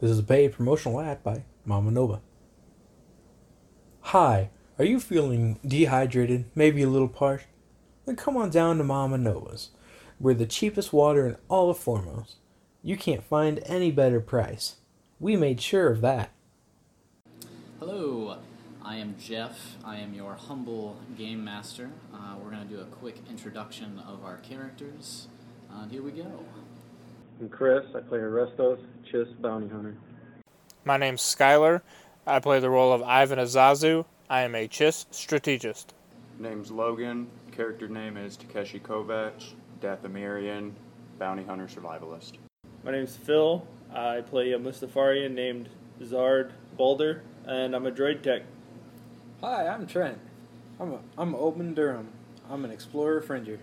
This is a paid promotional ad by Mama Nova. Hi, are you feeling dehydrated, maybe a little parched? Then come on down to Mama Nova's. We're the cheapest water in all of Formos. You can't find any better price. We made sure of that. Hello, I am Jeff. I am your humble game master. Uh, we're going to do a quick introduction of our characters. Uh, here we go. I'm Chris. I play Arrestos, Chis, Bounty Hunter. My name's Skylar. I play the role of Ivan Azazu. I am a chess strategist. Name's Logan. Character name is Takeshi Kovacs. Dathomirian, bounty hunter survivalist. My name's Phil. I play a Mustafarian named Zard Balder, and I'm a droid tech. Hi, I'm Trent. I'm a, I'm Open Durham. I'm an explorer fringer.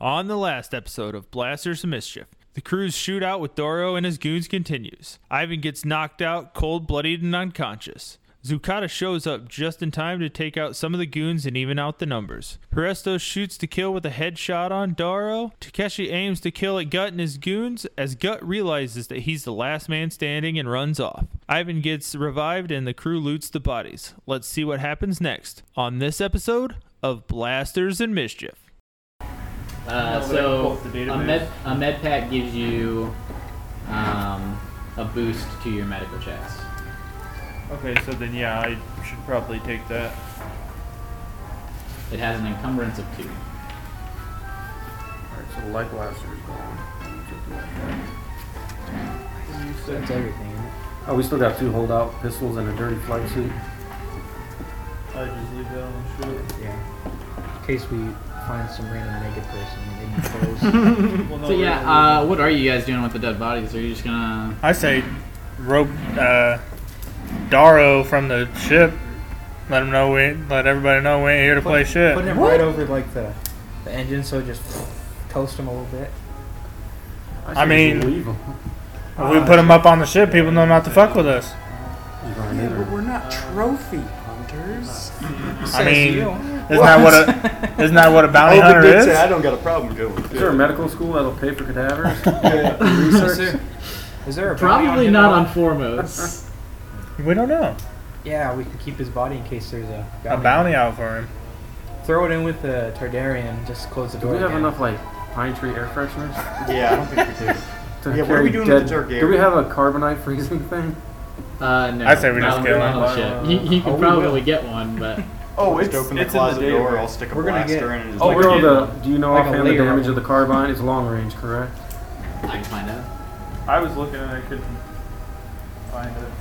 On the last episode of Blasters of Mischief, the crew's shootout with Doro and his goons continues. Ivan gets knocked out, cold blooded, and unconscious. Zucata shows up just in time to take out some of the goons and even out the numbers. Heresto shoots to kill with a headshot on Doro. Takeshi aims to kill at Gut and his goons as Gut realizes that he's the last man standing and runs off. Ivan gets revived and the crew loots the bodies. Let's see what happens next on this episode of Blasters and Mischief. No, Uh, but I can pull so up the a database. med, a med pack gives you um, a boost to your medical checks. Okay, so then yeah, I should probably take that. It has an encumbrance of two. Alright, so the light blaster is gone. Let me take the light blaster. That's everything. Oh, we still got two holdout pistols and a dirty flight suit. I just leave that on the ship. Yeah. In case we find some random naked person in clothes. Well, no, So we yeah, don't uh, what are you guys doing with the dead bodies? Are you just gonna? I say rope uh, Daro from the ship. Let him know we let everybody know we ain't here to play shit. Putting it right over like the, the engine, so just toast them a little bit. I mean- leave them. If we put him up on the ship, people know not to fuck with us. Yeah, but we're not trophy. I mean, isn't that what a isn't that what a bounty Open hunter did is? say, I don't got a problem going with Is there a it. medical school that'll pay for cadavers? Research? Is there a bounty on Probably him not at on all? foremost. We don't know. Yeah, we can keep his body in case there's a A bounty out for him. Throw it in with the Targaryen. Just close the Do door. we have again. enough like pine tree air fresheners? Yeah, I don't think we do. To Yeah, what are carry we doing dead- with the Targaryen? Do we have a carbonite freezing thing? Uh, no, I say we not just on- kill not him. on the ship. He, he could Oh, we will. probably get one, but Oh, it's, open the it's in the closet door. data. I'll stick a We're gonna blaster get- in. And just Oh, like, we know kid. the. Do you know Like a offhand the layer. damage of the carbine? It's long range, correct? I can find out. I was looking and I couldn't find it.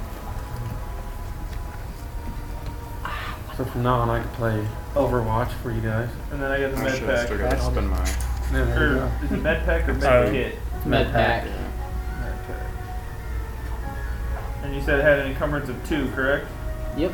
So from now on, I can play Overwatch for you guys. And then I got the I med should have still pack. got to spin my. Yeah, there you Or go. is it med pack or med Oh. kit? Med pack. Med pack. And you said it had an encumbrance of two, correct? Yep.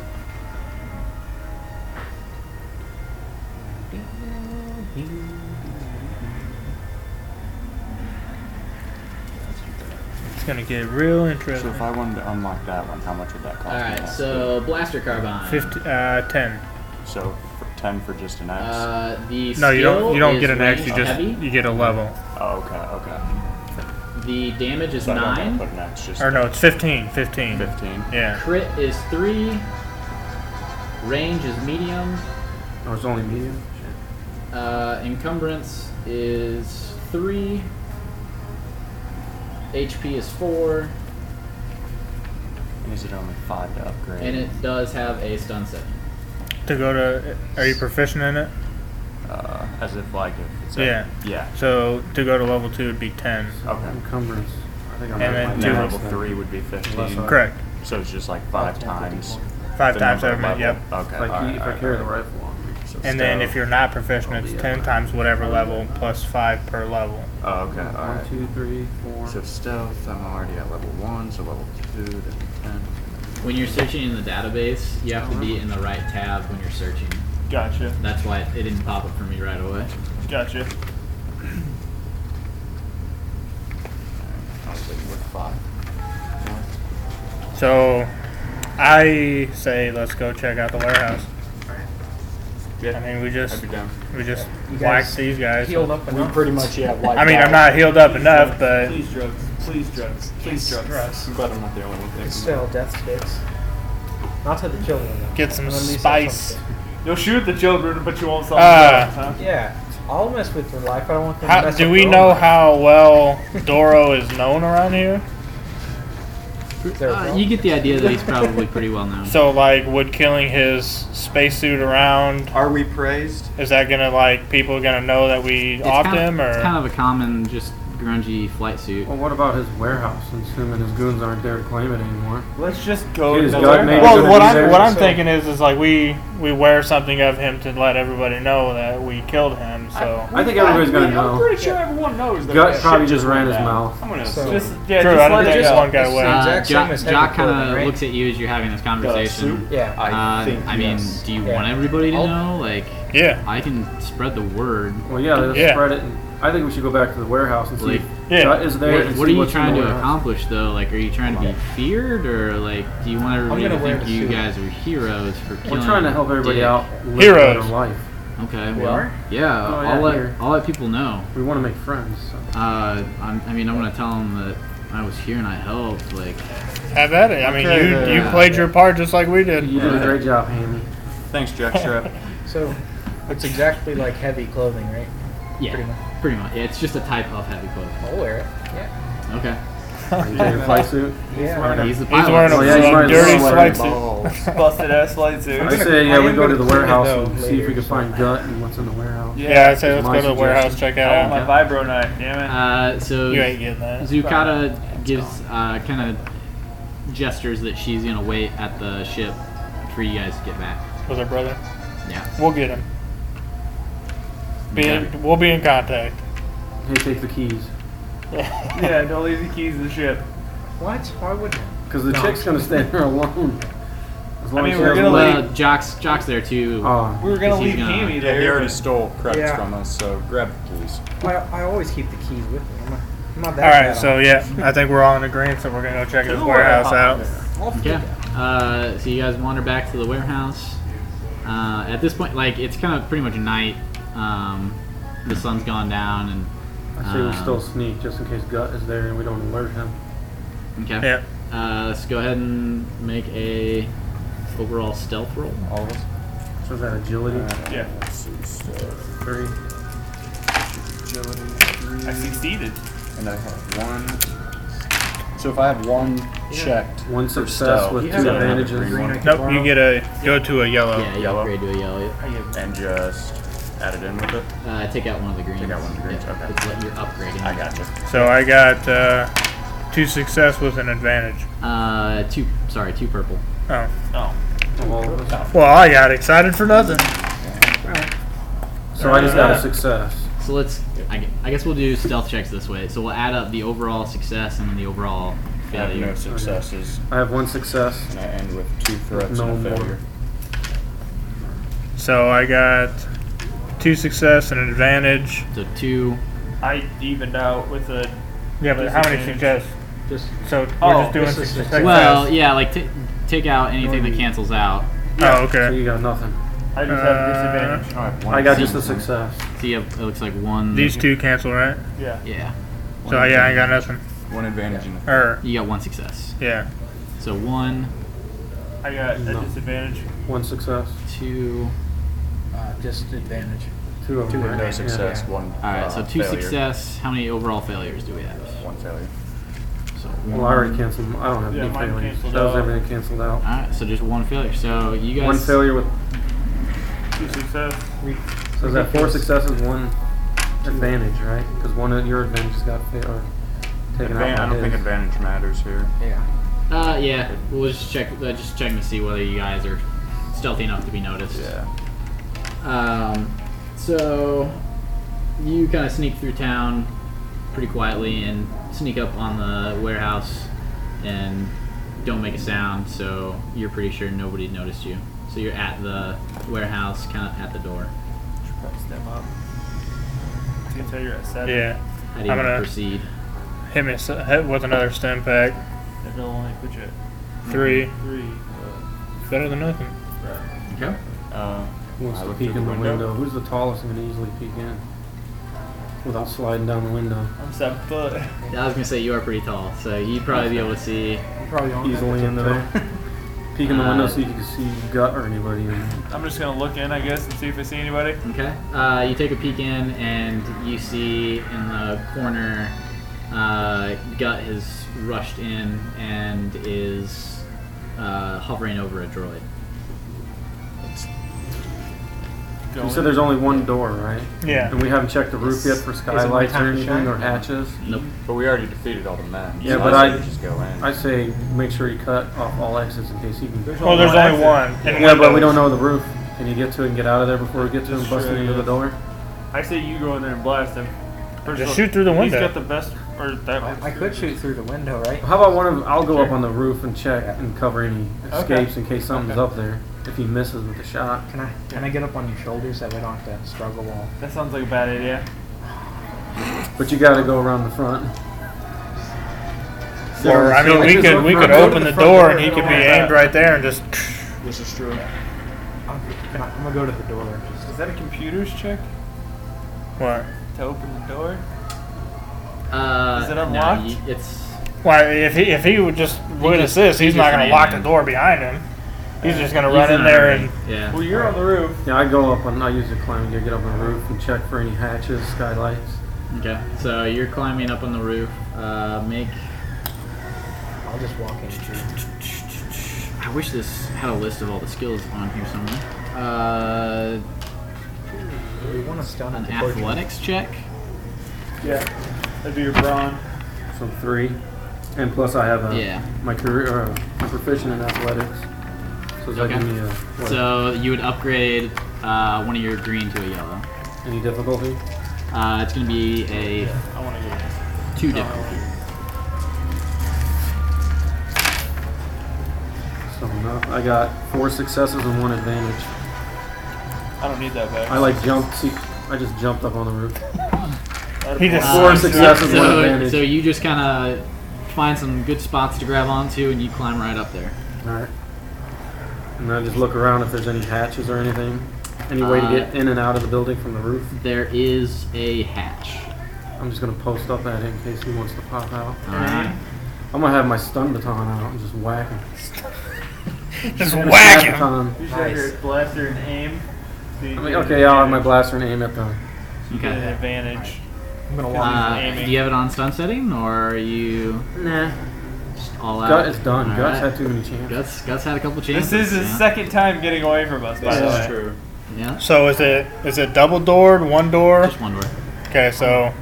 It's gonna get real So interesting. if I wanted to unlock that one, how much would that cost? All me? right. So blaster carbine. Fifty, uh, ten. so for ten for just an X. Uh, the No, you skill don't. You don't is get an X. range You just heavy. you get a level. oh, okay, okay. The damage is So I don't gotta nine. put an X. Just Or no, it's 15. 15. fifteen. Yeah. Crit is three. Range is medium. Or it's only medium. Uh, encumbrance is three. HP is four, And is it only five to upgrade? and it does have a stun setting. To go to, are you proficient in it? uh, as if like if it's Yeah. A, yeah. So to go to level two would be 10. Okay. Encumbrance. I think I'm And at then my And two then max level then. three would be fifteen. Unless I- Correct. So it's just like five times. Five the times number every minute. Yep. level. Okay. If I, all right, keep- if all I right, carry the all right. rifle on me. So uh, And then stealth. if you're not proficient, it's Probably, 10 yeah. times whatever level plus five per level. Oh, okay. All right. One, two, three, four. So stealth. I'm already at level one. So level two. Then ten. When you're searching in the database, you have to be in the right tab when you're searching. Gotcha. That's why it, it didn't pop up for me right away. Gotcha. I was thinking with five. So I say let's go check out the warehouse. Yeah. I mean, we I'd just be down. we just You guys whacked these guys. Healed up We enough. pretty much yeah. I mean, I'm not healed up enough, but Please drugs. Please drugs. Please drugs. I'm glad I'm not the only one thinking. Still, death sticks. Not to the children, though. Get some At least that's spice. something. You'll shoot the children, but you won't solve Ah. the problems, Yeah, I'll mess with their life. I don't want them to How, mess do up we their own know life. how well Doro is known around here? Their Uh, own- you get the idea that he's probably pretty well known. So, like, would killing his spacesuit around Are we praised? is that gonna like people gonna know that we offed kind of, him or? It's kind of a common, just grungy flight suit. Well, what about his warehouse since him and his goons aren't there to claim it anymore? huh? Let's just go Dude, to his the gut warehouse. made well, gonna what be I'm there, what I'm so- thinking is is like we we wear something of him to let everybody know that we killed him. So I think everybody's gonna I'm know. pretty sure everyone knows that. Gut that probably shit just ran his down. mouth. I'm gonna So- assume. Just, yeah, true. I just don't let think it just- one got it's- away. uh, exact same Jock, as heavy kind clothing, of right? looks at you as you're having this conversation. Yeah. I Uh, think. I mean, yes. do you Yeah. want everybody to I'll- know? Like, yeah, I can spread the word. Well, yeah, they just Yeah. spread it. And I think we should go back to the warehouse and see. Like- if Yeah. Gut is there. What, and what are see you what's in the trying to warehouse. accomplish, though? Like, are you trying to be feared, or like, do you want everybody to gonna wear think the you suit. guys are heroes for killing? We're trying to help everybody Dick? out. Live Heroes. a better life. Okay, We well, are? yeah, Oh, I'll yeah, let here. I'll let people know. We want to make friends. So. Uh, I'm, I mean, I'm gonna tell them that I was here and I helped. Like, have at it. I mean, Okay, you then. you played your part just like we did. You did a great job, Hammy. Thanks, Jack Strap. So it's exactly like heavy clothing, right? yeah, Pretty much. pretty much. Yeah, it's just a type of heavy clothing. I'll wear it. Yeah. Okay. Are you taking a flight suit? Yeah. He's the pilot. He's wearing a Oh, yeah, he's fucking wearing a dirty sweater. sweatsuit. busted ass light suit. I say, yeah, I we am go gonna to the clean it, warehouse though, and see if later, we can find Gut and what's in the warehouse. yeah, I'd say let's My go to the warehouse, check Oh, I that want my out. vibro knife, damn it. Uh, so You ain't getting that. Zukata gives uh, kind of gestures that she's gonna wait at the ship for you guys to get back. With our brother, Yeah. we'll get him. Be Okay. in, we'll be in contact. Hey, take the keys. Yeah, don't leave the keys to the ship. What? Why wouldn't? I? Because the chick's going to stay there alone. As long mean, as she we're doesn't gonna let- Well, Jock's Jock's there too. Oh, We were gonna Is he leave gonna- Hammy yeah, there. he already stole credits Yeah. from us, so grab the keys. I, I always keep the keys with me. I'm not, I'm not that All right, bad so yeah, I think we're all in agreement. So we're gonna go check this warehouse out. Yeah. Uh, so you guys wander back to the warehouse. Uh, at this point, like it's kind of pretty much night. Um, the sun's gone down, and I say we um, Ah. still sneak just in case Gut is there and we don't alert him. um, okay. Yeah. Uh, let's go ahead and make a overall stealth roll. All of us. So is that agility? Yeah. Three. Agility I succeeded. And I have one. So if I have one checked, One For success stealth. with You two have another advantages. green one. Nope, you get a go to a Oh, yellow. yeah, you yellow. upgrade to a yellow. and just add it in with it, Uh, take out one of the greens. Take out one of the greens, okay. It's what you're upgrading. I got you. So I got uh, two success with an advantage. Uh, two. Sorry, two purple. Oh. All of us. Well, I got excited for nothing. So I just got a success. So let's. I, gu- I guess we'll do stealth checks this way. So we'll add up the overall success and then the overall I have no failure. successes, I have one success. and I end with two threats No and a more. failure. So I got two success and an advantage. So two. I evened out with a. Yeah, but how many success? Just So we're Oh, just doing this six is success. success. Well, yeah, like t- take out anything that cancels out. Oh, So okay. you got nothing. I just Uh, have a disadvantage. Oh, I, have one I got success. just a success. So you have, it looks like one. These two cancel, right? Yeah. Yeah. So yeah, I got nothing. one advantage in the Or You got one success. yeah, So one, I got No. a disadvantage. One success. two. uh, just advantage. Two of Two them. right? of Yeah. no them. success, one. All right. uh, so two failure. success. How many overall failures do we have? One failure. So Well, I already canceled. I don't have Yeah, any mine failures. canceled That was out. everything canceled out. All right. So just one failure. So you guys. One failure with. Two success. So is that four successes, one advantage, right? Because one of your advantages got fa- or taken Advan- out. by I don't think his. advantage matters here. Yeah. Uh, yeah. We'll just check. Uh, just checking to see whether you guys are stealthy enough to be noticed. Yeah. Um, so you kind of sneak through town pretty quietly and sneak up on the warehouse and don't make a sound. So you're pretty sure nobody noticed you. So you're at the warehouse, kind of at the door. Step up. I can tell you're at seven. yeah. How do you I'm wanna gonna- proceed? Hit me s- hit with another stem pack. Mm-hmm. That don't like legit. Three. Three. Better than nothing. Okay. Uh, Wants I to look peek uh, through in the the window. window. Who's the tallest and can easily peek in? without sliding down the window. I'm seven foot. Yeah, I was gonna say you are pretty tall, so you'd probably be able to see. I'm probably on Easily in there. Peek in the Uh, window so you can see gut or anybody in there. I'm just gonna look in, I guess, and see if I see anybody. Okay. Uh, you take a peek in, and you see in the corner, uh, Gut has rushed in and is uh, hovering over a droid. You said there's only one door, right? Yeah. And we haven't checked the roof yet for skylights or anything or hatches. Nope. But we already defeated all the men. Yeah, so but say I- we just go in. I say make sure you cut off all exits in case you can. Well, there's only one. and Yeah, but we windows. don't know the roof. Can you get to it and get out of there before we get to him That's busting true, into the yeah. door? I say you go in there and blast him. First Just of- shoot through the window. He's got the best, or that. I could shoot through the window, right? How about one of? I'll go up on the roof and check and cover any Okay. escapes in case something's up there. If he misses with the shot, Can I can I get up on your shoulders that we don't have to struggle all? That sounds like a bad idea. but you got to go around the front. Or I mean, we could we could open the door and he could be aimed right there and just. This is true. I'm, can I, I'm gonna go to the door. Just, Is that a computer's check What? to open the door? Uh, Is it no, unlocked? you- it's Why? If he if he would just witness this, he's he not just gonna ran lock in. the door behind him. He's just gonna he's run in a there hurry. and yeah. Well, you're on the roof. Yeah, I go up and I use the climbing gear, get up on the roof and check for any hatches, skylights. Okay, so you're climbing up on the roof. Uh, make. I'll just walk in. I wish this had a list of all the skills on here somewhere. Uh, We want to stun an him. before- athletics check. Yeah. That'd be your brawn. So three, and plus I have a Yeah. my career. Uh, I'm proficient in athletics, so does that Okay. give me a what, So you would upgrade uh, one of your green to a yellow. any difficulty? Uh, it's gonna be a I want to go. two difficulty. So no, I got four successes and one advantage. I don't need that back. I like jumped. See, I just jumped up on the roof. That'd he be just one. Four slides through. successes, one So, advantage. so you just kind of find some good spots to grab onto, and you climb right up there. All right. And then I just look around if there's any hatches or anything, any way to get in and out of the building from the roof. There is a hatch. I'm just gonna post up at it in case he wants to pop out. All right. I'm gonna have my stun baton out and just whack him. just Half whack him. time. You should have your blaster and aim. So you I get mean, an okay, I'll have my advantage. blaster and aim at them. You get an Okay. advantage. I'm gonna walk. Uh, do you have it on stun setting, or are you Nah. just all out? Gut is done. All Guts right. had too many chances. Guts, Guts had a couple chances. This is his yeah. second time getting away from us, by the This is way. true. Yeah, So is it is it double doored, one door? just one door. Okay, so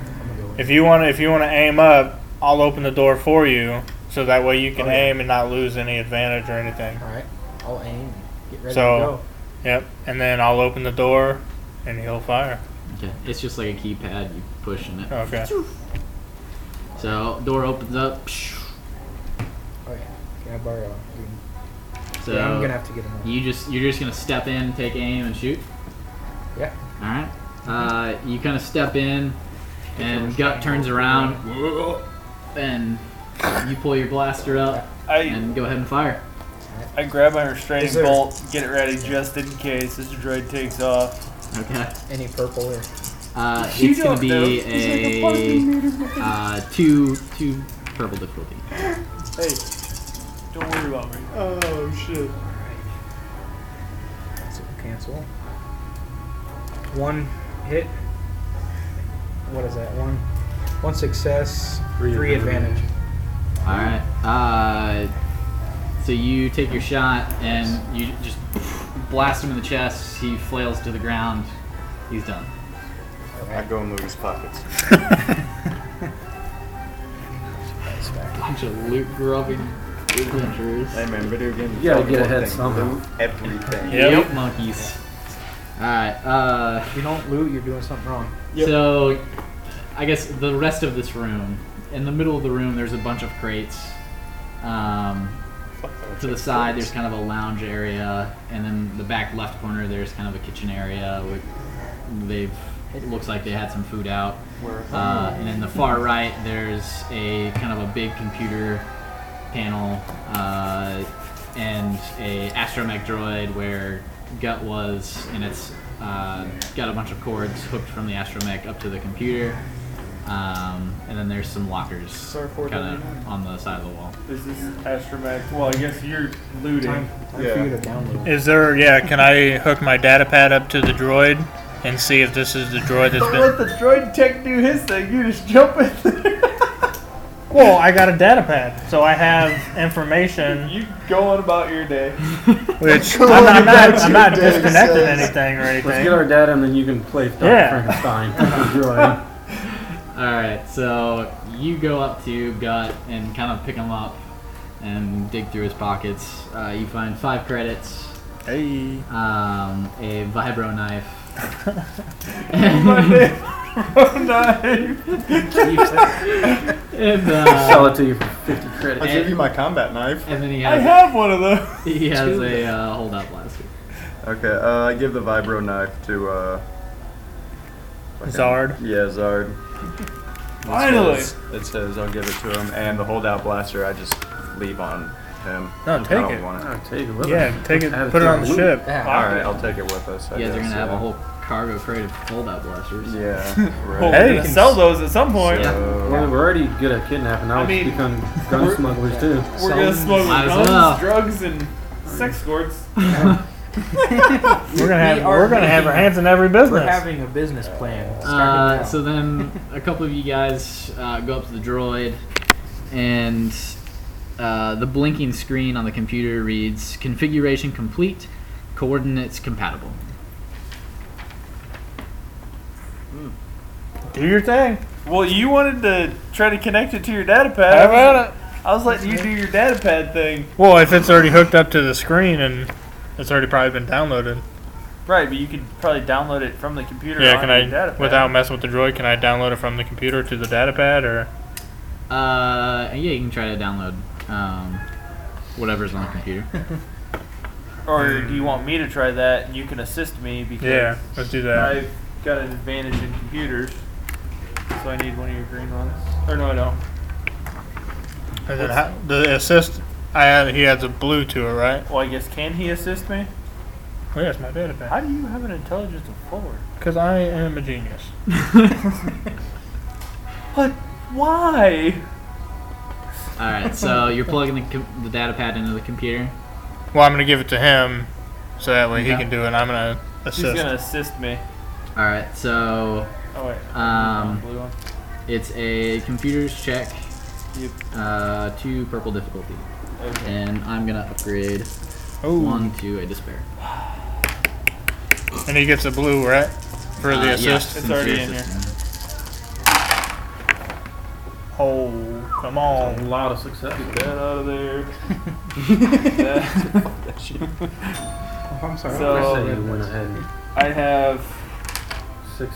if you want to if you want to aim up, I'll open the door for you, so that way you can aim and not lose any advantage or anything. Oh, All right. I'll aim. Get ready So- to go. Yep, and then I'll open the door, and he'll fire. Okay, it's just like a keypad. You push in it. Okay. So door opens up. psh, Oh yeah. Can I borrow? a green? So yeah, I'm gonna have to get him. you just you're just gonna step in, take aim, and shoot. Yeah. All right. Uh, you kind of step in, and Gut turns around, and you pull your blaster up I, and go ahead and fire. I grab my Is restraining there- bolt, get it ready just in case this droid takes off. Okay. Any purple or Uh, You it's gonna don't be know. a, uh, two two purple difficulty. Hey, don't worry about me. Oh, shit. that's it, cancel. One hit. What is that? One. One success. Three Three, advantage. advantage. All right. Uh, so you take your shot and you just blast him in the chest. He flails to the ground. He's done. I go and loot his pockets. Bunch of loot grubbing adventurers. Hey man, video games. You gotta all get one ahead thing. somehow. Loot everything. Yep. Yep, monkeys. All right. Uh, If you don't loot, you're doing something wrong. Yep. So, I guess the rest of this room, in the middle of the room, there's a bunch of crates. Um, to the side, there's kind of a lounge area, and then the back left corner, there's kind of a kitchen area. With they've it looks like they had some food out. Uh, and in the far right, there's a kind of a big computer panel uh, and a astromech droid where gut was, and it's uh, got a bunch of cords hooked from the astromech up to the computer. Um, and then there's some lockers Sir, kind 439. of on the side of the wall. This is Astromech. Well, I guess you're looting. Yeah. Is there? Yeah. Can I hook my data pad up to the droid and see if this is the droid that's Don't been? let the droid tech do his thing. You just jump in there. Well, I got a data pad, so I have information, you go on about your day. which I'm not, I'm not, I'm not disconnecting anything or Let's get anything. our data and then you can play Dr. Yeah. Frankenstein. Droid. All right, so you go up to Gut and kind of pick him up and dig through his pockets. Uh, you find five credits, Hey. um, a vibro knife. and, Sell uh, it to you for 50 credits. I gave you my combat knife. and then he I has, have one of those. he has a uh, hold up blaster. Okay, uh, I give the vibro knife to uh, fucking- Zard. Yeah, Zard. Finally. It's his. It's his. I'll give it to him. And the holdout blaster, I just leave on him. No, I take don't it. want Oh, take it with Yeah, us. take it, Add put it to on the loot. ship. All right, I'll take it with us. I You guys are guess, gonna have yeah. a whole cargo crate of hold up blasters. Yeah. Well, Right. hey, you can sell those at some point. Yeah. Well, So, we're already good at kidnapping. Now I we mean, become gun smugglers too. We're gonna smuggle Might as guns, well. drugs, and sex escorts. We're gonna have- We're gonna have our hands in every business. We're having a business plan. starting Uh, now. so then a couple of you guys uh, go up to the droid, and uh, the blinking screen on the computer reads configuration complete, coordinates compatible. Do your thing. Well, you wanted to try to connect it to your data pad. How about it? I was letting you do your data pad thing. Well, if it's already hooked up to the screen and it's already probably been downloaded. Right, but you could probably download it from the computer. Yeah, on can your I data pad. without messing with the droid? Can I download it from the computer to the data pad or? Uh, yeah, you can try to download um, whatever's on the computer. Or do you want me to try that and you can assist me because Yeah, let's do that. I've got an advantage in computers. So I need one of your green ones. Or no, I don't. And then how, the assist, I had, he has a blue to it, right? Well, I guess can he assist me? Oh, yeah, it's my data How pad. do you have an intelligence of four? Because I am a genius. But why? All right, so you're plugging the, com- the data pad into the computer. Well, I'm gonna give it to him, so that way Yeah. he can do it. and I'm gonna He's assist. gonna assist me. All right, so Oh wait, um, blue one. it's a computer's check, Yep. uh, two purple difficulty, Okay. and I'm gonna upgrade Ooh. one to a despair. And he gets a blue, right? For Uh, the yeah, assist. since It's already you're in here. assisting. Oh, come A on. lot of success. Get out of there. I'm sorry. So- I said you went ahead. and I have Six,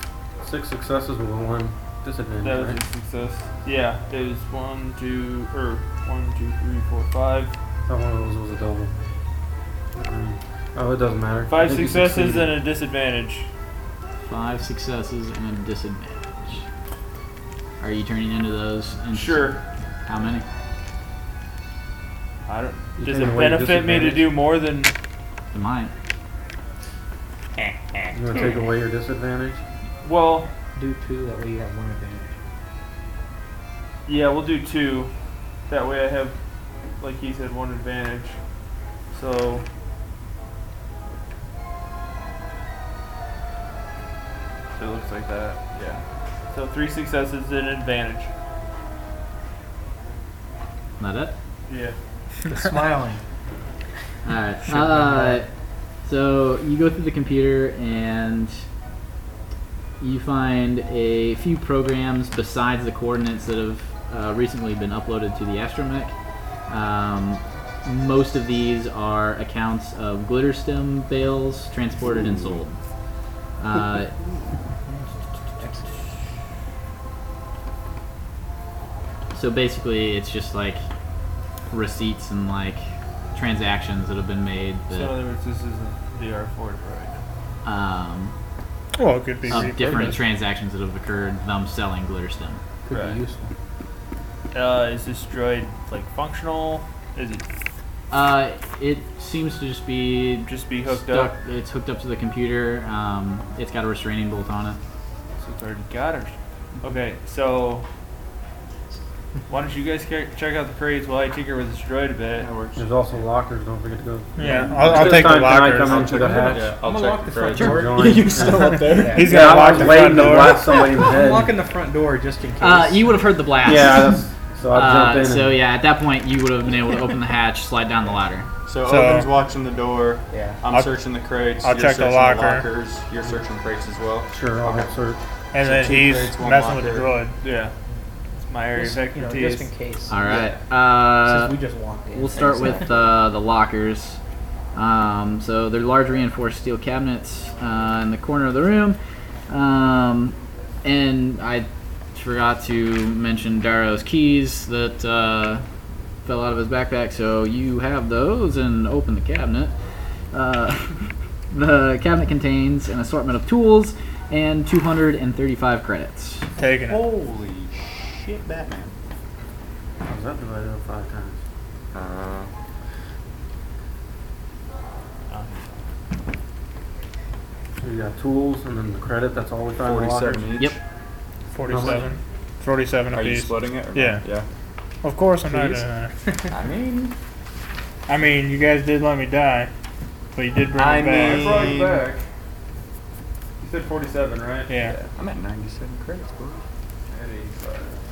six successes with one disadvantage. that was right? a success. Yeah, it was one, two, er, or one, two, three, four, five. That one of those was a double. Mm. Oh, it doesn't matter. I Five think you successes succeeded. and a disadvantage. Five successes and a disadvantage. Are you turning into those? And Sure. How many? I don't. You Does turn it away your benefit me to disadvantage? do more than? Am I? You want to take away your disadvantage? Well, do two. That way you have one advantage. yeah, we'll do two. That way, I have, like he said, one advantage. So. so It looks like that. Yeah. So three successes and an advantage. Not it? Yeah. Smiling. Alright. Uh, so you go through the computer and you find a few programs besides the coordinates that have uh, recently been uploaded to the astromech. Um, most of these are accounts of glitter stem bales transported and sold. Uh, so basically, it's just like receipts and like transactions that have been made So in that other words, this isn't the R four right? um, Well, it could be. of different repurposed. transactions that have occurred. Them selling glitter stem. Could Right. be useful. Uh, is this droid like functional? Is it Uh, it seems to just be Just be hooked stuck- up. It's hooked up to the computer. Um, it's got a restraining bolt on it. So it's already got her. Okay, so why don't you guys ca- check out the crates while I tinker with this droid a bit? That works. There's also lockers. Don't forget to go. Yeah, I'll, I'll This take the time, can I come lockers. in through the hatch? Yeah, I'll I'm gonna check lock the the front fridge. door. Join. You're still up there. He's Yeah, gonna I lock was the waiting front to door. blast somebody in the I'm head. locking the front door just in case. Uh, you would have heard the blast. Yeah, that's, so I Uh, jumped in. so and, yeah, at that point you would have been able to open the hatch, slide down the ladder. So, So- Owen's watching the door. yeah. I'm I'll- searching the crates. I'll You're check the searching locker. lockers. You're searching crates as well. Sure, I'll have search. And then So two he's crates, one messing with the locker. droid. Yeah, it's my area Just, of you know, just in expertise. case. All right. Since Uh, we just walked in. we'll start Thanks, with uh, uh, the lockers. Um, so they're large reinforced steel cabinets uh, in the corner of the room. Um, and I forgot to mention Darrow's keys that uh, fell out of his backpack. So you have those and open the cabinet. Uh, the cabinet contains an assortment of tools and 235 credits. Taking Oh. it. Holy shit, Batman. I was up divided up five times. Uh, So you got tools and then the credit. That's all we found in the lockers. 47 each. Yep. 47. 47 Are you apiece. splitting it? Or not? Yeah. Yeah. Of course I'm not Please? gonna. I mean, I mean, you guys did let me die, but you did bring I me I back. mean- brought it back. You said 47, right? yeah, I'm at 97 crates, bro.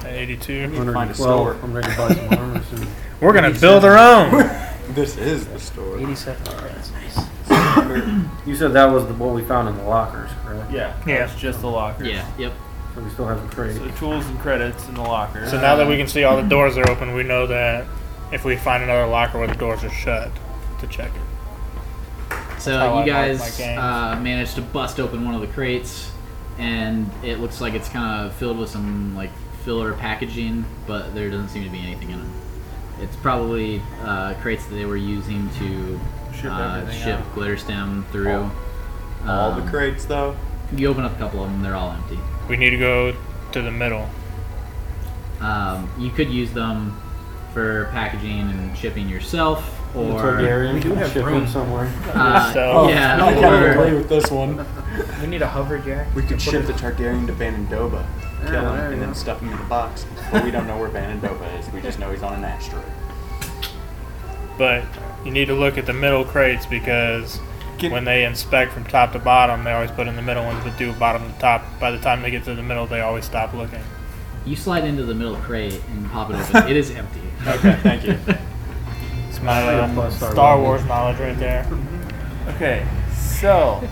at 82. Find a 112. store. I'm ready to buy some armor soon. We're gonna build our own. This is the store. 87. That's nice. You said that was the what we found in the lockers, correct? Yeah. Yeah. It's just the locker. Yeah, yep. So we still have a crate. So tools and credits in the locker. So now that we can see all the doors are open, we know that if we find another locker where the doors are shut, to check it. how So I you like guys my games. uh, managed to bust open one of the crates, and it looks like it's kind of filled with some like filler packaging, but there doesn't seem to be anything in them. It's probably uh, crates that they were using to Ship uh, everything ship out. glitter stem through. All Um, the crates, though. You open up a couple of them; they're all empty. We need to go to the middle. Um, you could use them for packaging and shipping yourself, or Targaryen. We do have room Oh, somewhere. uh, So- yeah, Oh, or- with this one. We need a hover jack. We to could put ship it- the Targaryen to Vanandoba, kill Yeah, him, there you and go. then stuff him in the box. But we don't know where Vanandoba is. We just know he's on an asteroid. But you need to look at the middle crates because Can- when they inspect from top to bottom, they always put in the middle ones, but do bottom to top. By the time they get to the middle, they always stop looking. You slide into the middle crate and pop it open. it is empty. Okay, thank you. It's my Yeah, uh, plus Star Star Wars. Wars knowledge right there. Okay, so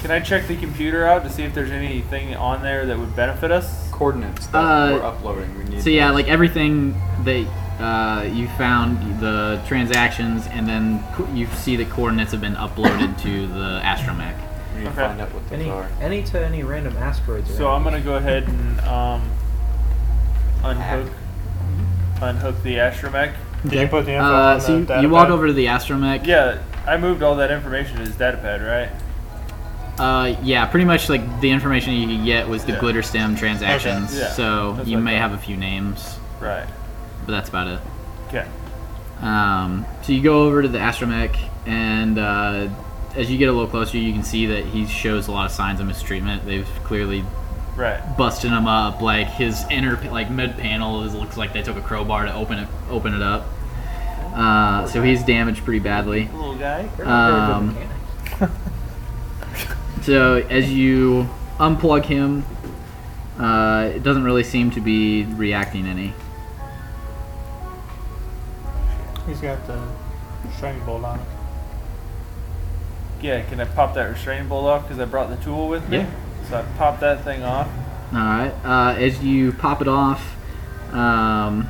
can I check the computer out to see if there's anything on there that would benefit us? Coordinates that Uh, we're uploading. We need. So yeah, like everything that uh, you found, the transactions, and then co- you see the coordinates have been uploaded to the astromech. we need to okay. find out what those Any, are. any to any random asteroids. So around. I'm gonna go ahead and um, unhook unhook the astromech. Did you put the info Uh, on so you, the you walk datapad? over to the astromech. Yeah, I moved all that information to his datapad, right? Uh, yeah, pretty much like the information you could get was the Yeah. glitter stem transactions. Okay. Yeah. So That's you what I may thought. have a few names, Right. but that's about it. Okay. Um, so you go over to the astromech, and uh, as you get a little closer, you can see that he shows a lot of signs of mistreatment. They've clearly Right. busting him up. Like his inner like mid panel is, looks like they took a crowbar to open it open it up. Uh, so he's damaged pretty badly. Little guy. They're not very good um, mechanics. So as you unplug him, uh, it doesn't really seem to be reacting any. He's got the string bolt on it. Yeah. Can I pop that restraining bolt off? Cause I brought the tool with me. So I pop that thing off. All right. Uh, as you pop it off, um,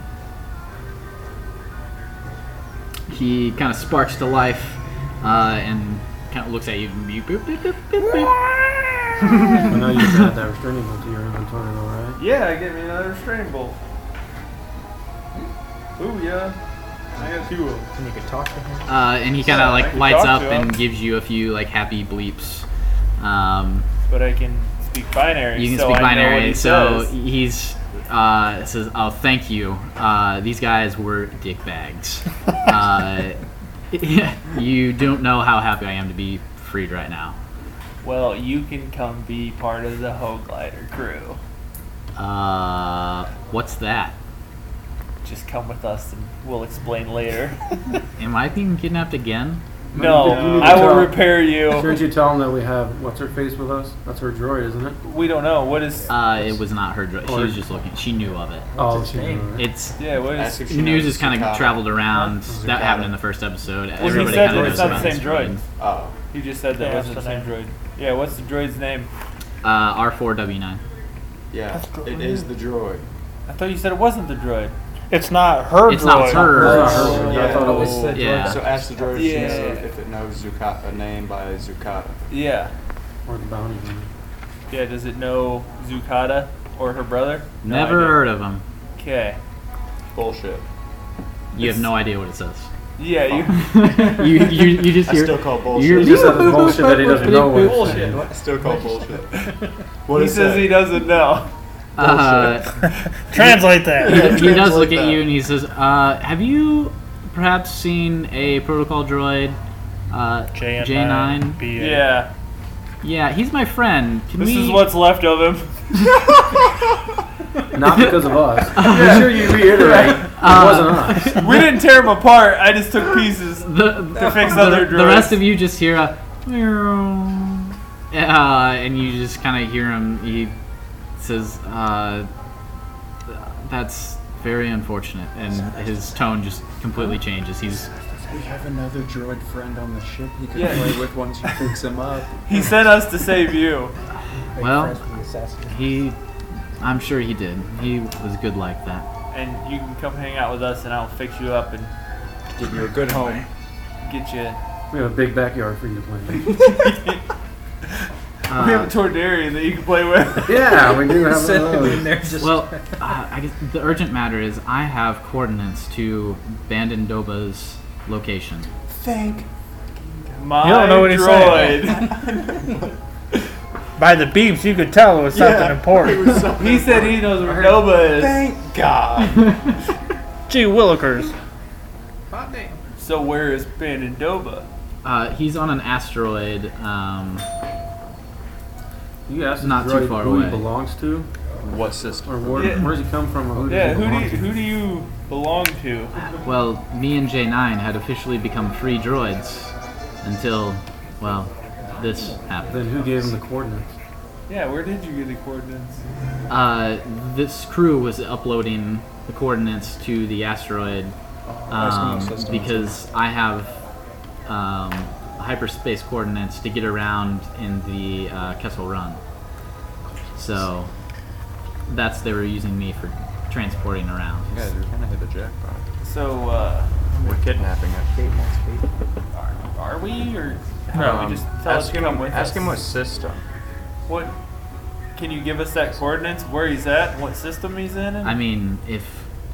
he kind of sparks to life uh, and kind of looks at you. Boop, boop, boop, boop, boop, boop. I know you had that restraining bolt to your inventory, though, right? Yeah, get me another restraining bolt. Ooh yeah. I got two of them. And you could talk to him. Uh, and he kind Yeah, of I like can lights up talk to him. and gives you a few like happy bleeps. Um, But I can speak binary. You can so speak I know what he binary. So says. he's uh, says, "Oh, thank you. Uh, these guys were dickbags. uh, you don't know how happy I am to be freed right now. well, you can come be part of the Hoe Glider crew. Uh, what's that? Just come with us, and we'll explain later. Am I being kidnapped again? no, You need to I will tell- repair you. Shouldn't you tell them that we have what's her face with us? That's her droid, isn't it? We don't know what is. Uh, it was not her. Dro- she Or- was just looking. She knew of it. Oh, its she name? knew it. It's." yeah, what is? Ask if she News knows has kind of Zuccotti. traveled around. Zuccotti. That happened in the first episode. Well, he Everybody said kind of that knows it's not the about same this droid. Oh. You just said that Yeah, it was the that's same the droid. Yeah, what's the droid's name? Uh, R4W9. Yeah, That's it droid. is the droid. I thought you said it wasn't the droid. It's not her It's droid. not her. That's Oh, not her droid. I yeah. thought it was. It's the Yeah. So ask the droid Yeah. if, she knows if it knows Zuccotti, a name by Zuccotti. Yeah. Or the bounty hunter. Yeah, does it know Zucata or her brother? No Never heard of him. idea. Okay. Bullshit. You have It's- no idea what it says. Yeah, you. you, you, you just I hear. still call bullshit. you're- He just said it's bullshit that he doesn't know what it's Bullshit. saying. What? I still call bullshit. What he is says that? he doesn't know. uh, Translate that. he does look Translate at that. you and he says, uh, "Have you perhaps seen a protocol droid, uh, J9. J9? B8. Yeah. Yeah, he's my friend. Can This we- is what's left of him. Not because of us. Make sure you reiterate it wasn't us. We didn't tear him apart. I just took pieces. the, the, fix the- other the droids. rest of you just hear a, meow. uh, and you just kind of hear him. He says, uh, "That's very unfortunate," and his tone just completely changes. He's We have another droid friend on the ship he could Yeah. play with once you fix him up. He sent us to save you. well, Friends with the assassin. he, I'm sure he did. He was good like that. And you can come hang out with us and I'll fix you up and Give you a good home. get you. We have a big backyard for you to play in. we have a Uh, Tordarian that you can play with. Yeah, we do have Send him in a there. Just well, uh, I guess the urgent matter is I have coordinates to Bandon Doba's location. Thank. My You don't know what he's saying. droid. By the beeps, you could tell it was something important. he said he knows where Nova is. Thank God. Gee, Willikers. So where is Bandandoba? Uh, he's on an asteroid. Um, You asked Not the too droid far who away. he belongs to, what system? or where, Yeah. where does he come from, or who does Yeah, he who belong do you, to? who do you belong to? Well, me and J9 had officially become free droids until, well, this happened. Mm. Then who gave him the coordinates? Yeah, where did you get the coordinates? Uh, this crew was uploading the coordinates to the asteroid um, because I have um, hyperspace coordinates to get around in the uh, Kessel Run. So that's they were using me for transporting around. You guys are gonna hit the jackpot. So, uh, We're kidnapping it. are, are we or No, we just tell Um, us ask to him. come with ask us? him what system. What? Can you give us that coordinates? Where he's at? What system he's in? I mean, if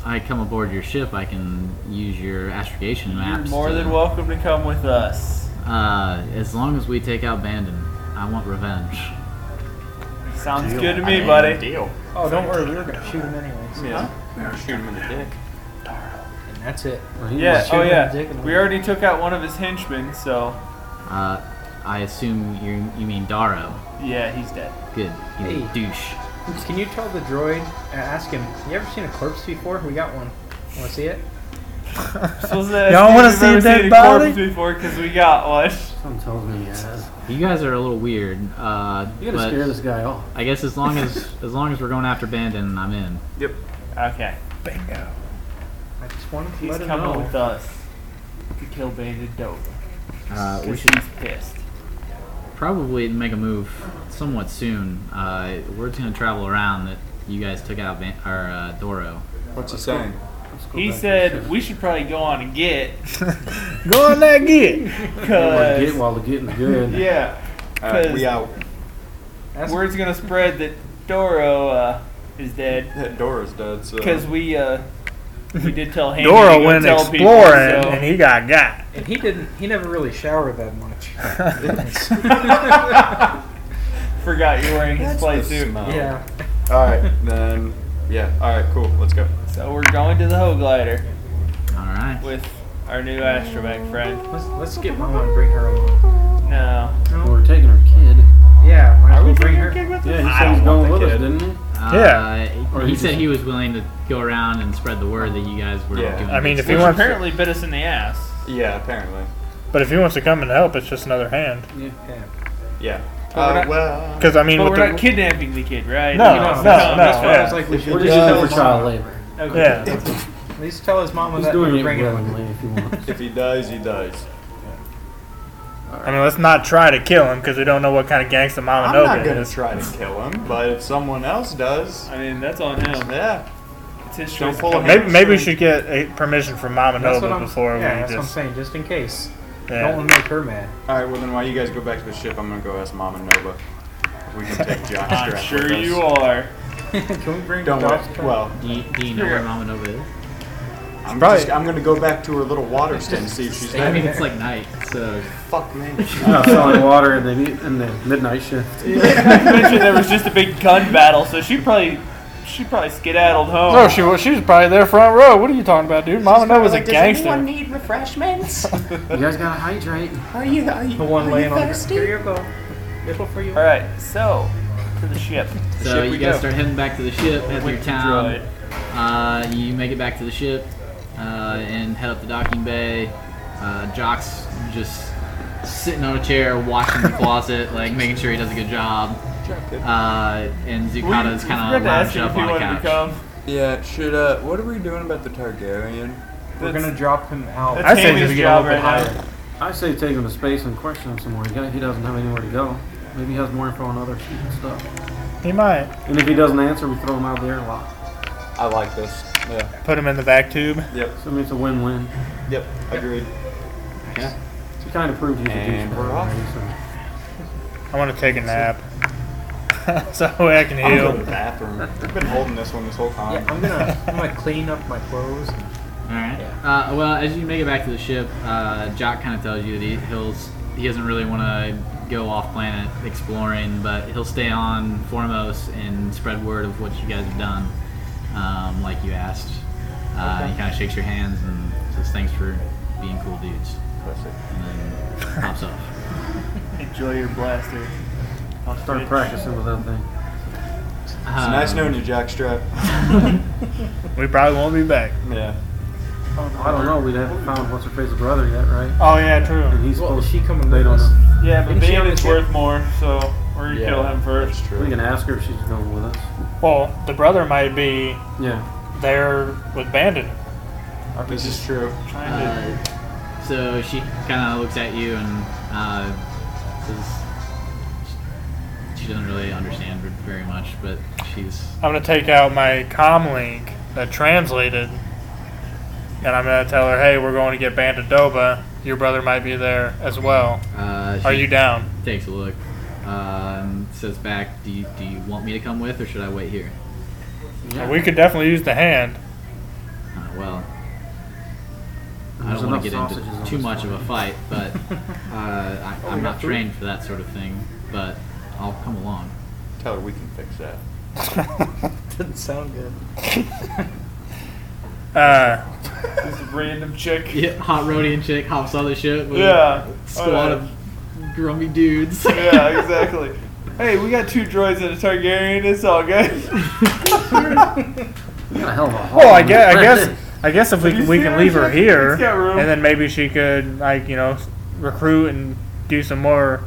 I come aboard your ship, I can use your astrogation You're maps. more to- than welcome to come with us. Uh, as long as we take out Bandon, I want revenge. Sounds good to me, buddy. Deal. oh, don't worry. We were gonna shoot him anyways. Yeah. Shoot him in the dick. And that's it. Well, he Yeah. was- Oh him, yeah. dig him. We already took out one of his henchmen, so Uh, I assume you you mean Daro. yeah, he's dead. Good, you little Hey. douche. Can you tell the droid? Uh, ask him. You ever seen a corpse before? We got one. Want to see it? Y'all wanna see a dead body? Before, because we got one. Something tells me he has. You guys are a little weird. Uh, You gotta but scare this guy off. I guess as long as as long as we're going after Bandon, I'm in. Okay. Bingo. I just wanted to He's let him coming know. with us to kill Bandit Dope. Uh, we Because should he's pissed. probably make a move somewhat soon. Uh, we're just gonna travel around that you guys took out Van- or uh, Doro. What's he saying? Let's go back He to the said ship. we should probably go on and get. Go on that git. Wanna Because get while the getting's good. yeah, Alright, Uh, we out. Ask word's gonna spread that Doro uh, is dead. That Dora's dead, so. Because we uh, we did tell Handy to Dora go went tell exploring people, so- and he got got. And he didn't. He never really showered that much. forgot you're wearing his That's play the suit. smell. All right, then. Yeah. All right. Cool. Let's go. So we're going to the Hoe Glider All right. with our new astromech friend. Let's, let's get Mama and bring her along. No. Well, we're taking her kid. Yeah, might as Are we well bring taking her. your kid with Yeah, us? he I said don't he's going with want the us, kid. didn't he? Yeah. Uh, Or he you said just- he was willing to go around and spread the word that you guys were Yeah. doing. I mean, this. if he Which wants, to, apparently bit us in the ass. Yeah. Apparently. but if he wants to come and help, it's just another hand. Yeah. Yeah. we're Uh, not- well. Because I mean, But with we're the, not kidnapping the kid, right? No, You know, no, so no, that's why I yeah. was like, we should We're just just tell for him. child labor. Okay. yeah, At least tell his mama He's that doing we're it bringing her along. willingly if you want. If he dies, he dies. I mean, let's not try to kill him because we don't know what kind of gangster Mama I'm not Nova gonna is. try to kill him, but if someone else does, I mean, that's on him. yeah. It's his Don't choice to pull come a Maybe, maybe we here. should get a permission from Mama That's what Nova I'm, before yeah, that's we what I'm just. saying, just in case. yeah. Don't want to make her mad. All right. Well, then while you guys go back to the ship, I'm gonna go ask Mama Nova. if We can take John's I'm strap sure with us. you are. Can we bring Don't the worry. dogs? Well, do you, do you know where Mama Nova is? I'm Probably- just, I'm gonna go back to her little water stand and see if she's I there. mean, it's like night, so Fuck me. No, selling water in the, in the midnight shift. mentioned there was just a big gun battle, so she probably she probably skedaddled home. No, she was. She was probably there front row. What are you talking about, dude? Mama Nova's a gangster. need refreshments? You guys gotta hydrate. Are you, are you, The one laying on the thirsty? Here you go. It'll for you. All right, so to the ship. The so ship you we guys go. start heading back to the ship, head through With the town. droid. Uh, you make it back to the ship uh, and head up the docking bay. Uh, Jock's just sitting on a chair, watching the closet, like making sure he does a good job. Uh, and We- Zucata is we kind forgot of to ask lounged him up if he on a wanted to couch. come. Yeah, should uh, what are we doing about the Targaryen? We're That's- gonna drop him out. That's I say Tammy's just get job a little right bit now. I say take him to space and question him some more. He got- He doesn't have anywhere to go. Maybe he has more info on other stuff. He might And if he doesn't answer, we throw him out of the airlock. I like this. Yeah. put him in the vac tube. Yep. So I mean, it's a win-win. Yep. Agreed. He kind of proved he's a And douchebag. we're off. already, so- I want to take a nap. so that way I can I'm going to heal. the bathroom. We've been holding this one this whole time. Yeah, I'm gonna I'm gonna clean up my clothes. And All right. Uh, well, as you make it back to the ship, uh, Jock kind of tells you that he, he'll s- he doesn't really want to go off planet exploring, but he'll stay on Formos and spread word of what you guys have done, um, like you asked. Uh, He kind of shakes your hands and says thanks for being cool dudes, and then pops off. Enjoy your blaster. I'll Start practicing with that thing. It's nice Um, knowing you, Jackstrap. We probably won't be back. yeah. I don't know. We haven't found what's her face's brother yet, right? Oh yeah, true. And he's well, supposed. is she coming they with don't us? know. Yeah, but Isn't she on Bane the is ship? worth more, so we're gonna Yeah. kill him first. That's true. We can ask her if she's going with us. Well, the brother might be Yeah. there with Bandon. This is true. Trying to Uh, so she kind of looks at you and uh, says she doesn't really understand very much, but she's I'm gonna take out my comm link that translated, and I'm gonna tell her, "Hey, we're going to get Bandadoba. Your brother might be there as well. Uh, she Are you down?" Takes a look. Um, says back, do you, do you want me to come with or should I wait here? Yeah. We could definitely use the hand. Uh, well, I There's don't want enough to get sausages on into too this much of a one. fight, but uh, I, Oh, I'm not trained for that sort of thing, but I'll come along. Tell her we can fix that. Doesn't sound good. Uh, this random chick. Yeah, hot Rhodian chick hops on the ship with Yeah, a squad of grumpy dudes. Yeah, exactly. Hey, we got two droids and a Targaryen. It's all good. We got a hell of a haul. well, Oh, I guess, I guess, I guess if we can, we see can her? leave her She's- here, she's got room. and then maybe she could, like, you know, recruit and do some more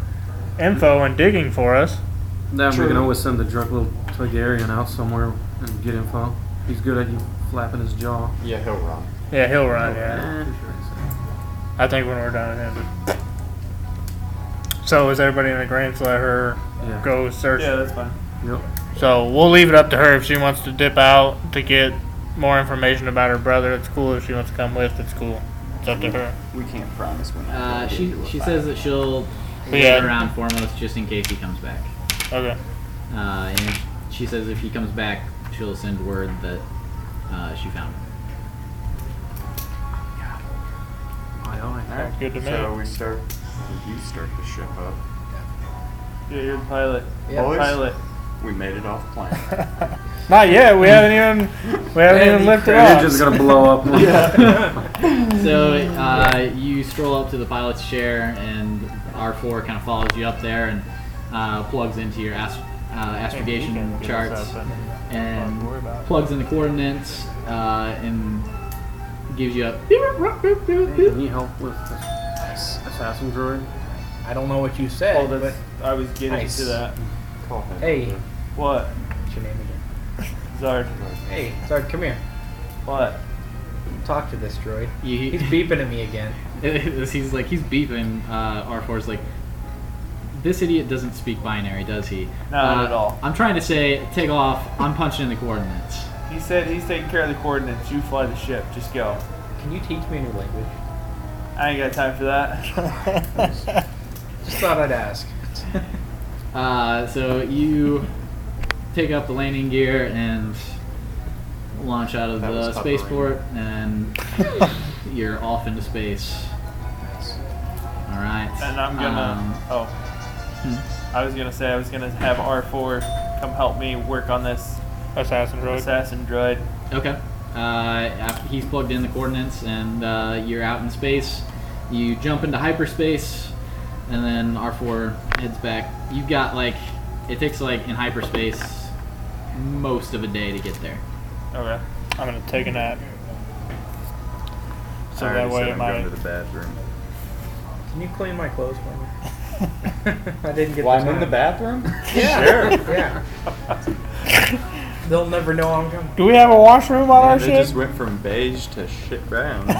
info and digging for us. Then we can always send the drunk little Targaryen out somewhere and get info. He's good at you flapping his jaw. Yeah, he'll run. Yeah, he'll run. Yeah, Eh, sure, I think when we're done with him. So is everybody in agreement to let her so, Yeah. go search yeah, that's fine. Yep. So we'll leave it up to her if she wants to dip out to get more information about her brother. It's cool if she wants to come with. It's cool. It's up to her. We can't promise when. Uh, she she says that she'll wait Yeah. around foremost just in case he comes back. Okay. Uh, and she says if he comes back, she'll send word that uh, she found him. Aye, aye. Sounds good to me. So we start. You start the ship up. Yeah, you're the pilot. Yeah. Boys, Pilot. We made it off plan. Not yet. We haven't even we haven't even lifted up. Engine's gonna blow up. so uh, you stroll up to the pilot's chair, and R4 kind of follows you up there and uh, plugs into your ast- uh, astrogation charts and plugs in the coordinates uh, and gives you a Can you help with this assassin droid? I don't know what you said. Oh, that's, I was getting Nice. to that. Call him. Hey, What? what's your name again? Zard. Hey, Zard, come here. What? Talk to this droid. You- He's beeping at me again. he's like he's beeping. Uh, R4's like, this idiot doesn't speak binary, does he? Not Uh, at all. I'm trying to say, take off. I'm punching in the coordinates. He said he's taking care of the coordinates. You fly the ship. Just go. Can you teach me a new language? I ain't got time for that. Just thought I'd ask. Uh, so you take up the landing gear and launch out of That the was Papa spaceport, and you're off into space. All right. And I'm gonna. Um, hmm. oh. I was gonna say I was gonna have R4 come help me work on this Assassin droid. assassin droid. Okay. Uh, af- he's plugged in the coordinates, and uh, you're out in space. You jump into hyperspace, and then R4 heads back. You've got like it takes like in hyperspace most of a day to get there. Okay. I'm gonna take a nap. So I that already said way I'm my going to the bathroom. Can you clean my clothes for me? I didn't get. Well, the I'm in the time. bathroom? Yeah. Yeah. They'll never know I'm coming. Do we have a washroom on Yeah, our they ship? just went from beige to shit brown, but,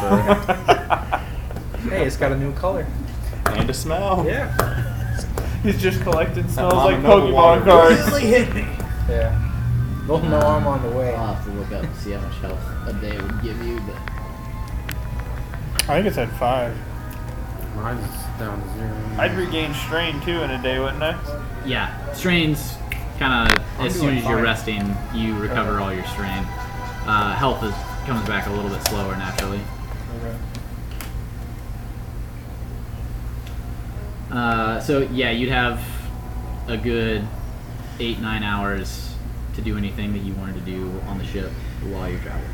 Hey, it's got a new color. and a smell. Yeah. He's just collecting smells I'm like another Pokemon water cards. hit me. Yeah. They'll know I'm on the way. I'll have to look up and see how much health a day would give you, but. I think it said five. Mine's down to zero. I'd regain strain too in a day, wouldn't I? Yeah, strains kind of as soon doing as you're fine. resting, you recover all your strain. Uh, health is comes back a little bit slower naturally. Uh, so yeah, you'd have a good eight nine hours to do anything that you wanted to do on the ship while you're traveling.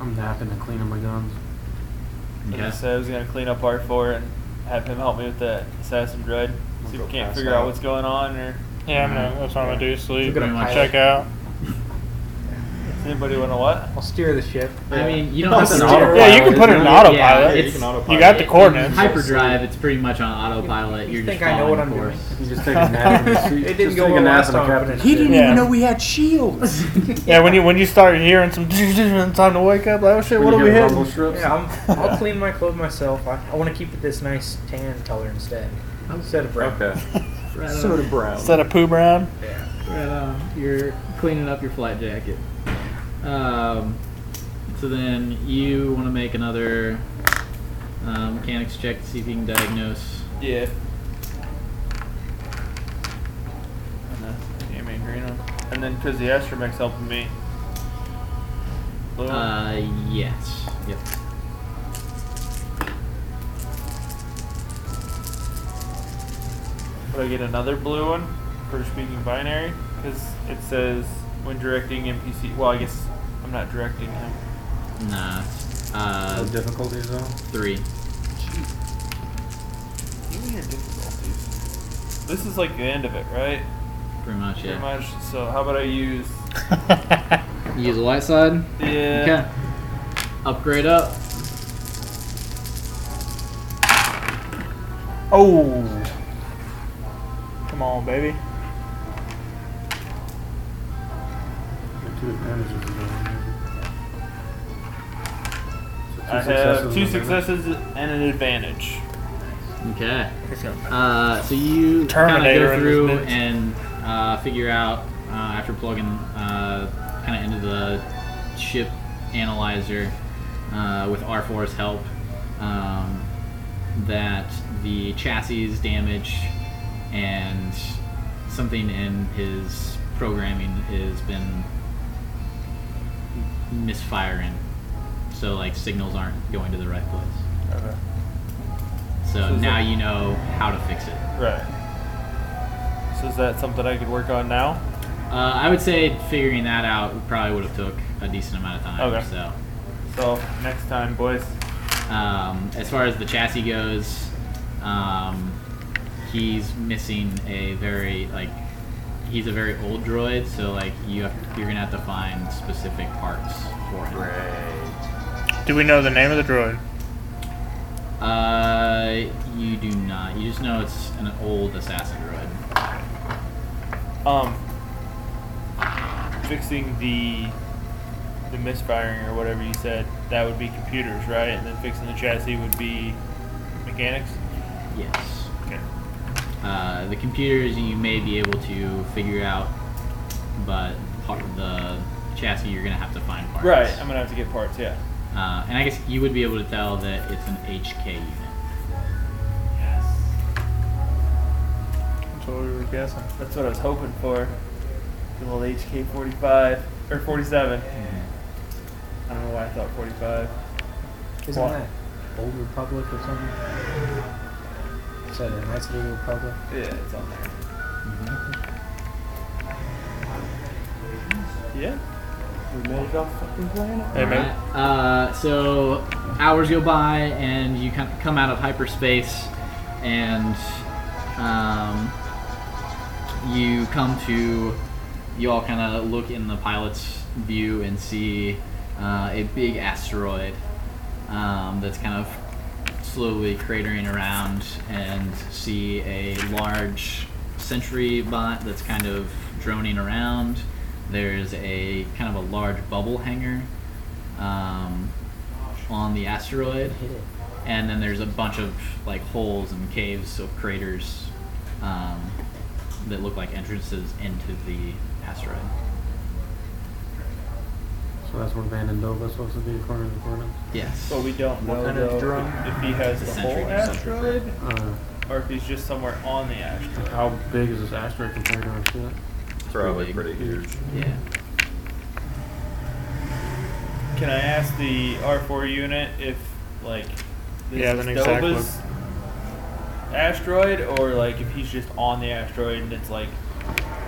I'm napping and cleaning my guns. I Okay. just said I was gonna clean up R4 and have him help me with the assassin droid. See if we can't pass figure out out. what's going on or Yeah, I'm gonna, that's what I'm gonna do. Sleep. We're gonna and pilot. check out. does anybody wanna what? I'll steer the ship. I mean, you don't have to. That's an steer- autopilot, Yeah, you can put it in isn't it? autopilot. Yeah, you it's- can autopilot. You got the in coordinates. Hyperdrive, it's pretty much on autopilot. You You're think just I know what following I'm doing. course. You just take a nap. in the seat. It didn't just go take well a nap last in the time, captain's but it seat. did. even Yeah. know we had shields. Yeah, when you when you start hearing some it's time to wake up, like oh shit, When what you are get we rumble hitting? strips, Yeah, I'm, I'll clean my clothes myself. I, I want to keep it this nice tan color instead. Instead of brown. Okay. Right on. Soda brown. Instead of poo brown. Yeah. Right on. You're cleaning up your flight jacket. Um, so then you want to make another uh, mechanics check to see if you can diagnose. Yeah. And that's the Amy Greeno. And then because the astromech's helping me. Blue one. Uh, yes. Yep. Would I get another blue one for speaking binary? Because it says when directing NPC. Well, I guess I'm not directing him. Nah. No Uh, difficulties though. three. This is like the end of it, right? Pretty much, Pretty yeah. much. So how about I use You use the light side? Okay. Yeah. Upgrade up. Oh, come on, baby. Two advantages. of that. So I have successes two and an advantage. successes and an advantage. Okay. Uh, so you kind of Terminator go in through this bitch. and uh, figure out uh, after plugging uh, kind of into the ship analyzer uh, with R4's help um, that the chassis damage and something in his programming has been misfiring. So like signals aren't going to the right place. Okay. So So is now it- you know how to fix it. Right. So is that something I could work on now? Uh, I would say figuring that out probably would have took a decent amount of time. Okay. So, So next time, boys. um, as far as the chassis goes, um, he's missing a very like he's a very old droid. So like you have, you're gonna have to find specific parts for him. Do we know the name of the droid? Uh, you do not. You just know it's an old assassin droid. Um, fixing the the misfiring or whatever you said that would be computers, right? And then fixing the chassis would be mechanics. Yes. Okay. Uh, the computers you may be able to figure out, but part the chassis you're gonna have to find parts. Right. I'm gonna have to get parts. Yeah. Uh, and I guess you would be able to tell that it's an HK unit. That's what we were guessing. That's what I was hoping for. The little HK 45 or 47. I don't know why I thought 45. Isn't Why? that Old Republic or something? Is that a nice little Republic? Yeah, it's on there. Yeah. We made it off fucking planet. Alright, Uh, so hours go by, and you kind come out of hyperspace, and um, you come to. You all kind of look in the pilot's view and see uh, a big asteroid um, that's kind of slowly cratering around, and see a large sentry bot that's kind of droning around. There's a kind of a large bubble hanger um, on the asteroid, and then there's a bunch of like holes and caves of craters um, that look like entrances into the asteroid. So that's where Vandendova's supposed to be, according to the coordinates. Yes. But we don't What know kind of though, drone? if he has The the, sentry whole just asteroid, Uh, or if he's just somewhere on the asteroid. how big is this asteroid compared to our ship? Probably pretty huge. Yeah. Can I ask the R4 unit if, like, this Yeah, is an exact Dova's asteroid, or like if he's just on the asteroid and it's like,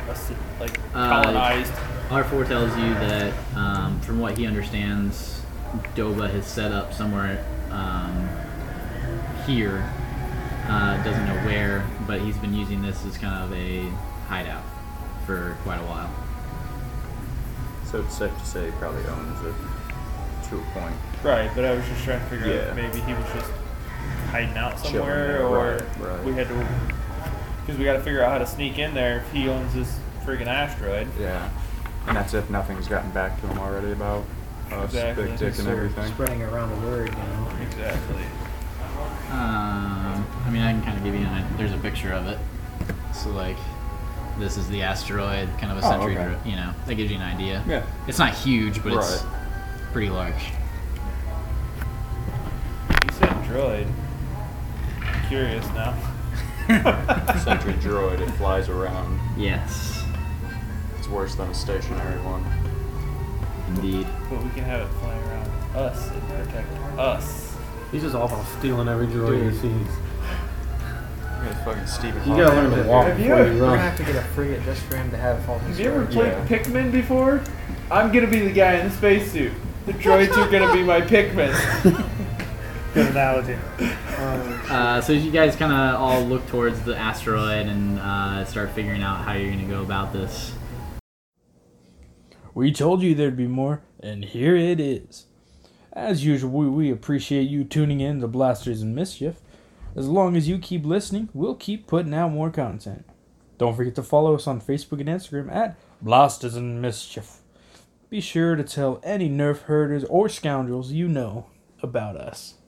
a s like colonized? Uh, R4 tells you that, um, from what he understands, Dova has set up somewhere um, here. Uh, doesn't know where, but he's been using this as kind of a hideout for quite a while. So it's safe to say he probably owns it to a point. Right, but I was just trying to figure Yeah. out if maybe he was just hiding out Chilling somewhere, there, or right, right. we had to, because we got to figure out how to sneak in there if he owns this friggin' asteroid. Yeah. And that's if nothing's gotten back to him already about us, Exactly. Big Dick, and Sure. everything. Spreading around the word, you know. Exactly. Um, I mean, I can kind of give you an There's a picture of it. So, like, this is the asteroid, kind of a Oh, century, okay. dri- you know, that gives you an idea. Yeah. It's not huge, but it's Right. pretty large. You said droid. I'm curious now. Sentry droid, it flies around. Yes, It's worse than a stationary one. indeed. But we can have it fly around us and protect us. He's just off on stealing every droid he sees. Look at fucking Stephen You gotta learn to walk Have you- before you We're gonna run. have to get a frigate just for him to have all Have this. you ever storage. played Pikmin before? I'm gonna be the guy in the spacesuit. The droids are gonna be my Pikmin. Good analogy. Uh, so you guys kind of all look towards the asteroid and uh, start figuring out how you're going to go about this. We told you there'd be more, and here it is. As usual, we, we appreciate you tuning in to Blasters and Mischief. As long as you keep listening, we'll keep putting out more content. Don't forget to follow us on Facebook and Instagram at Blasters and Mischief. Be sure to tell any nerf herders or scoundrels you know about us.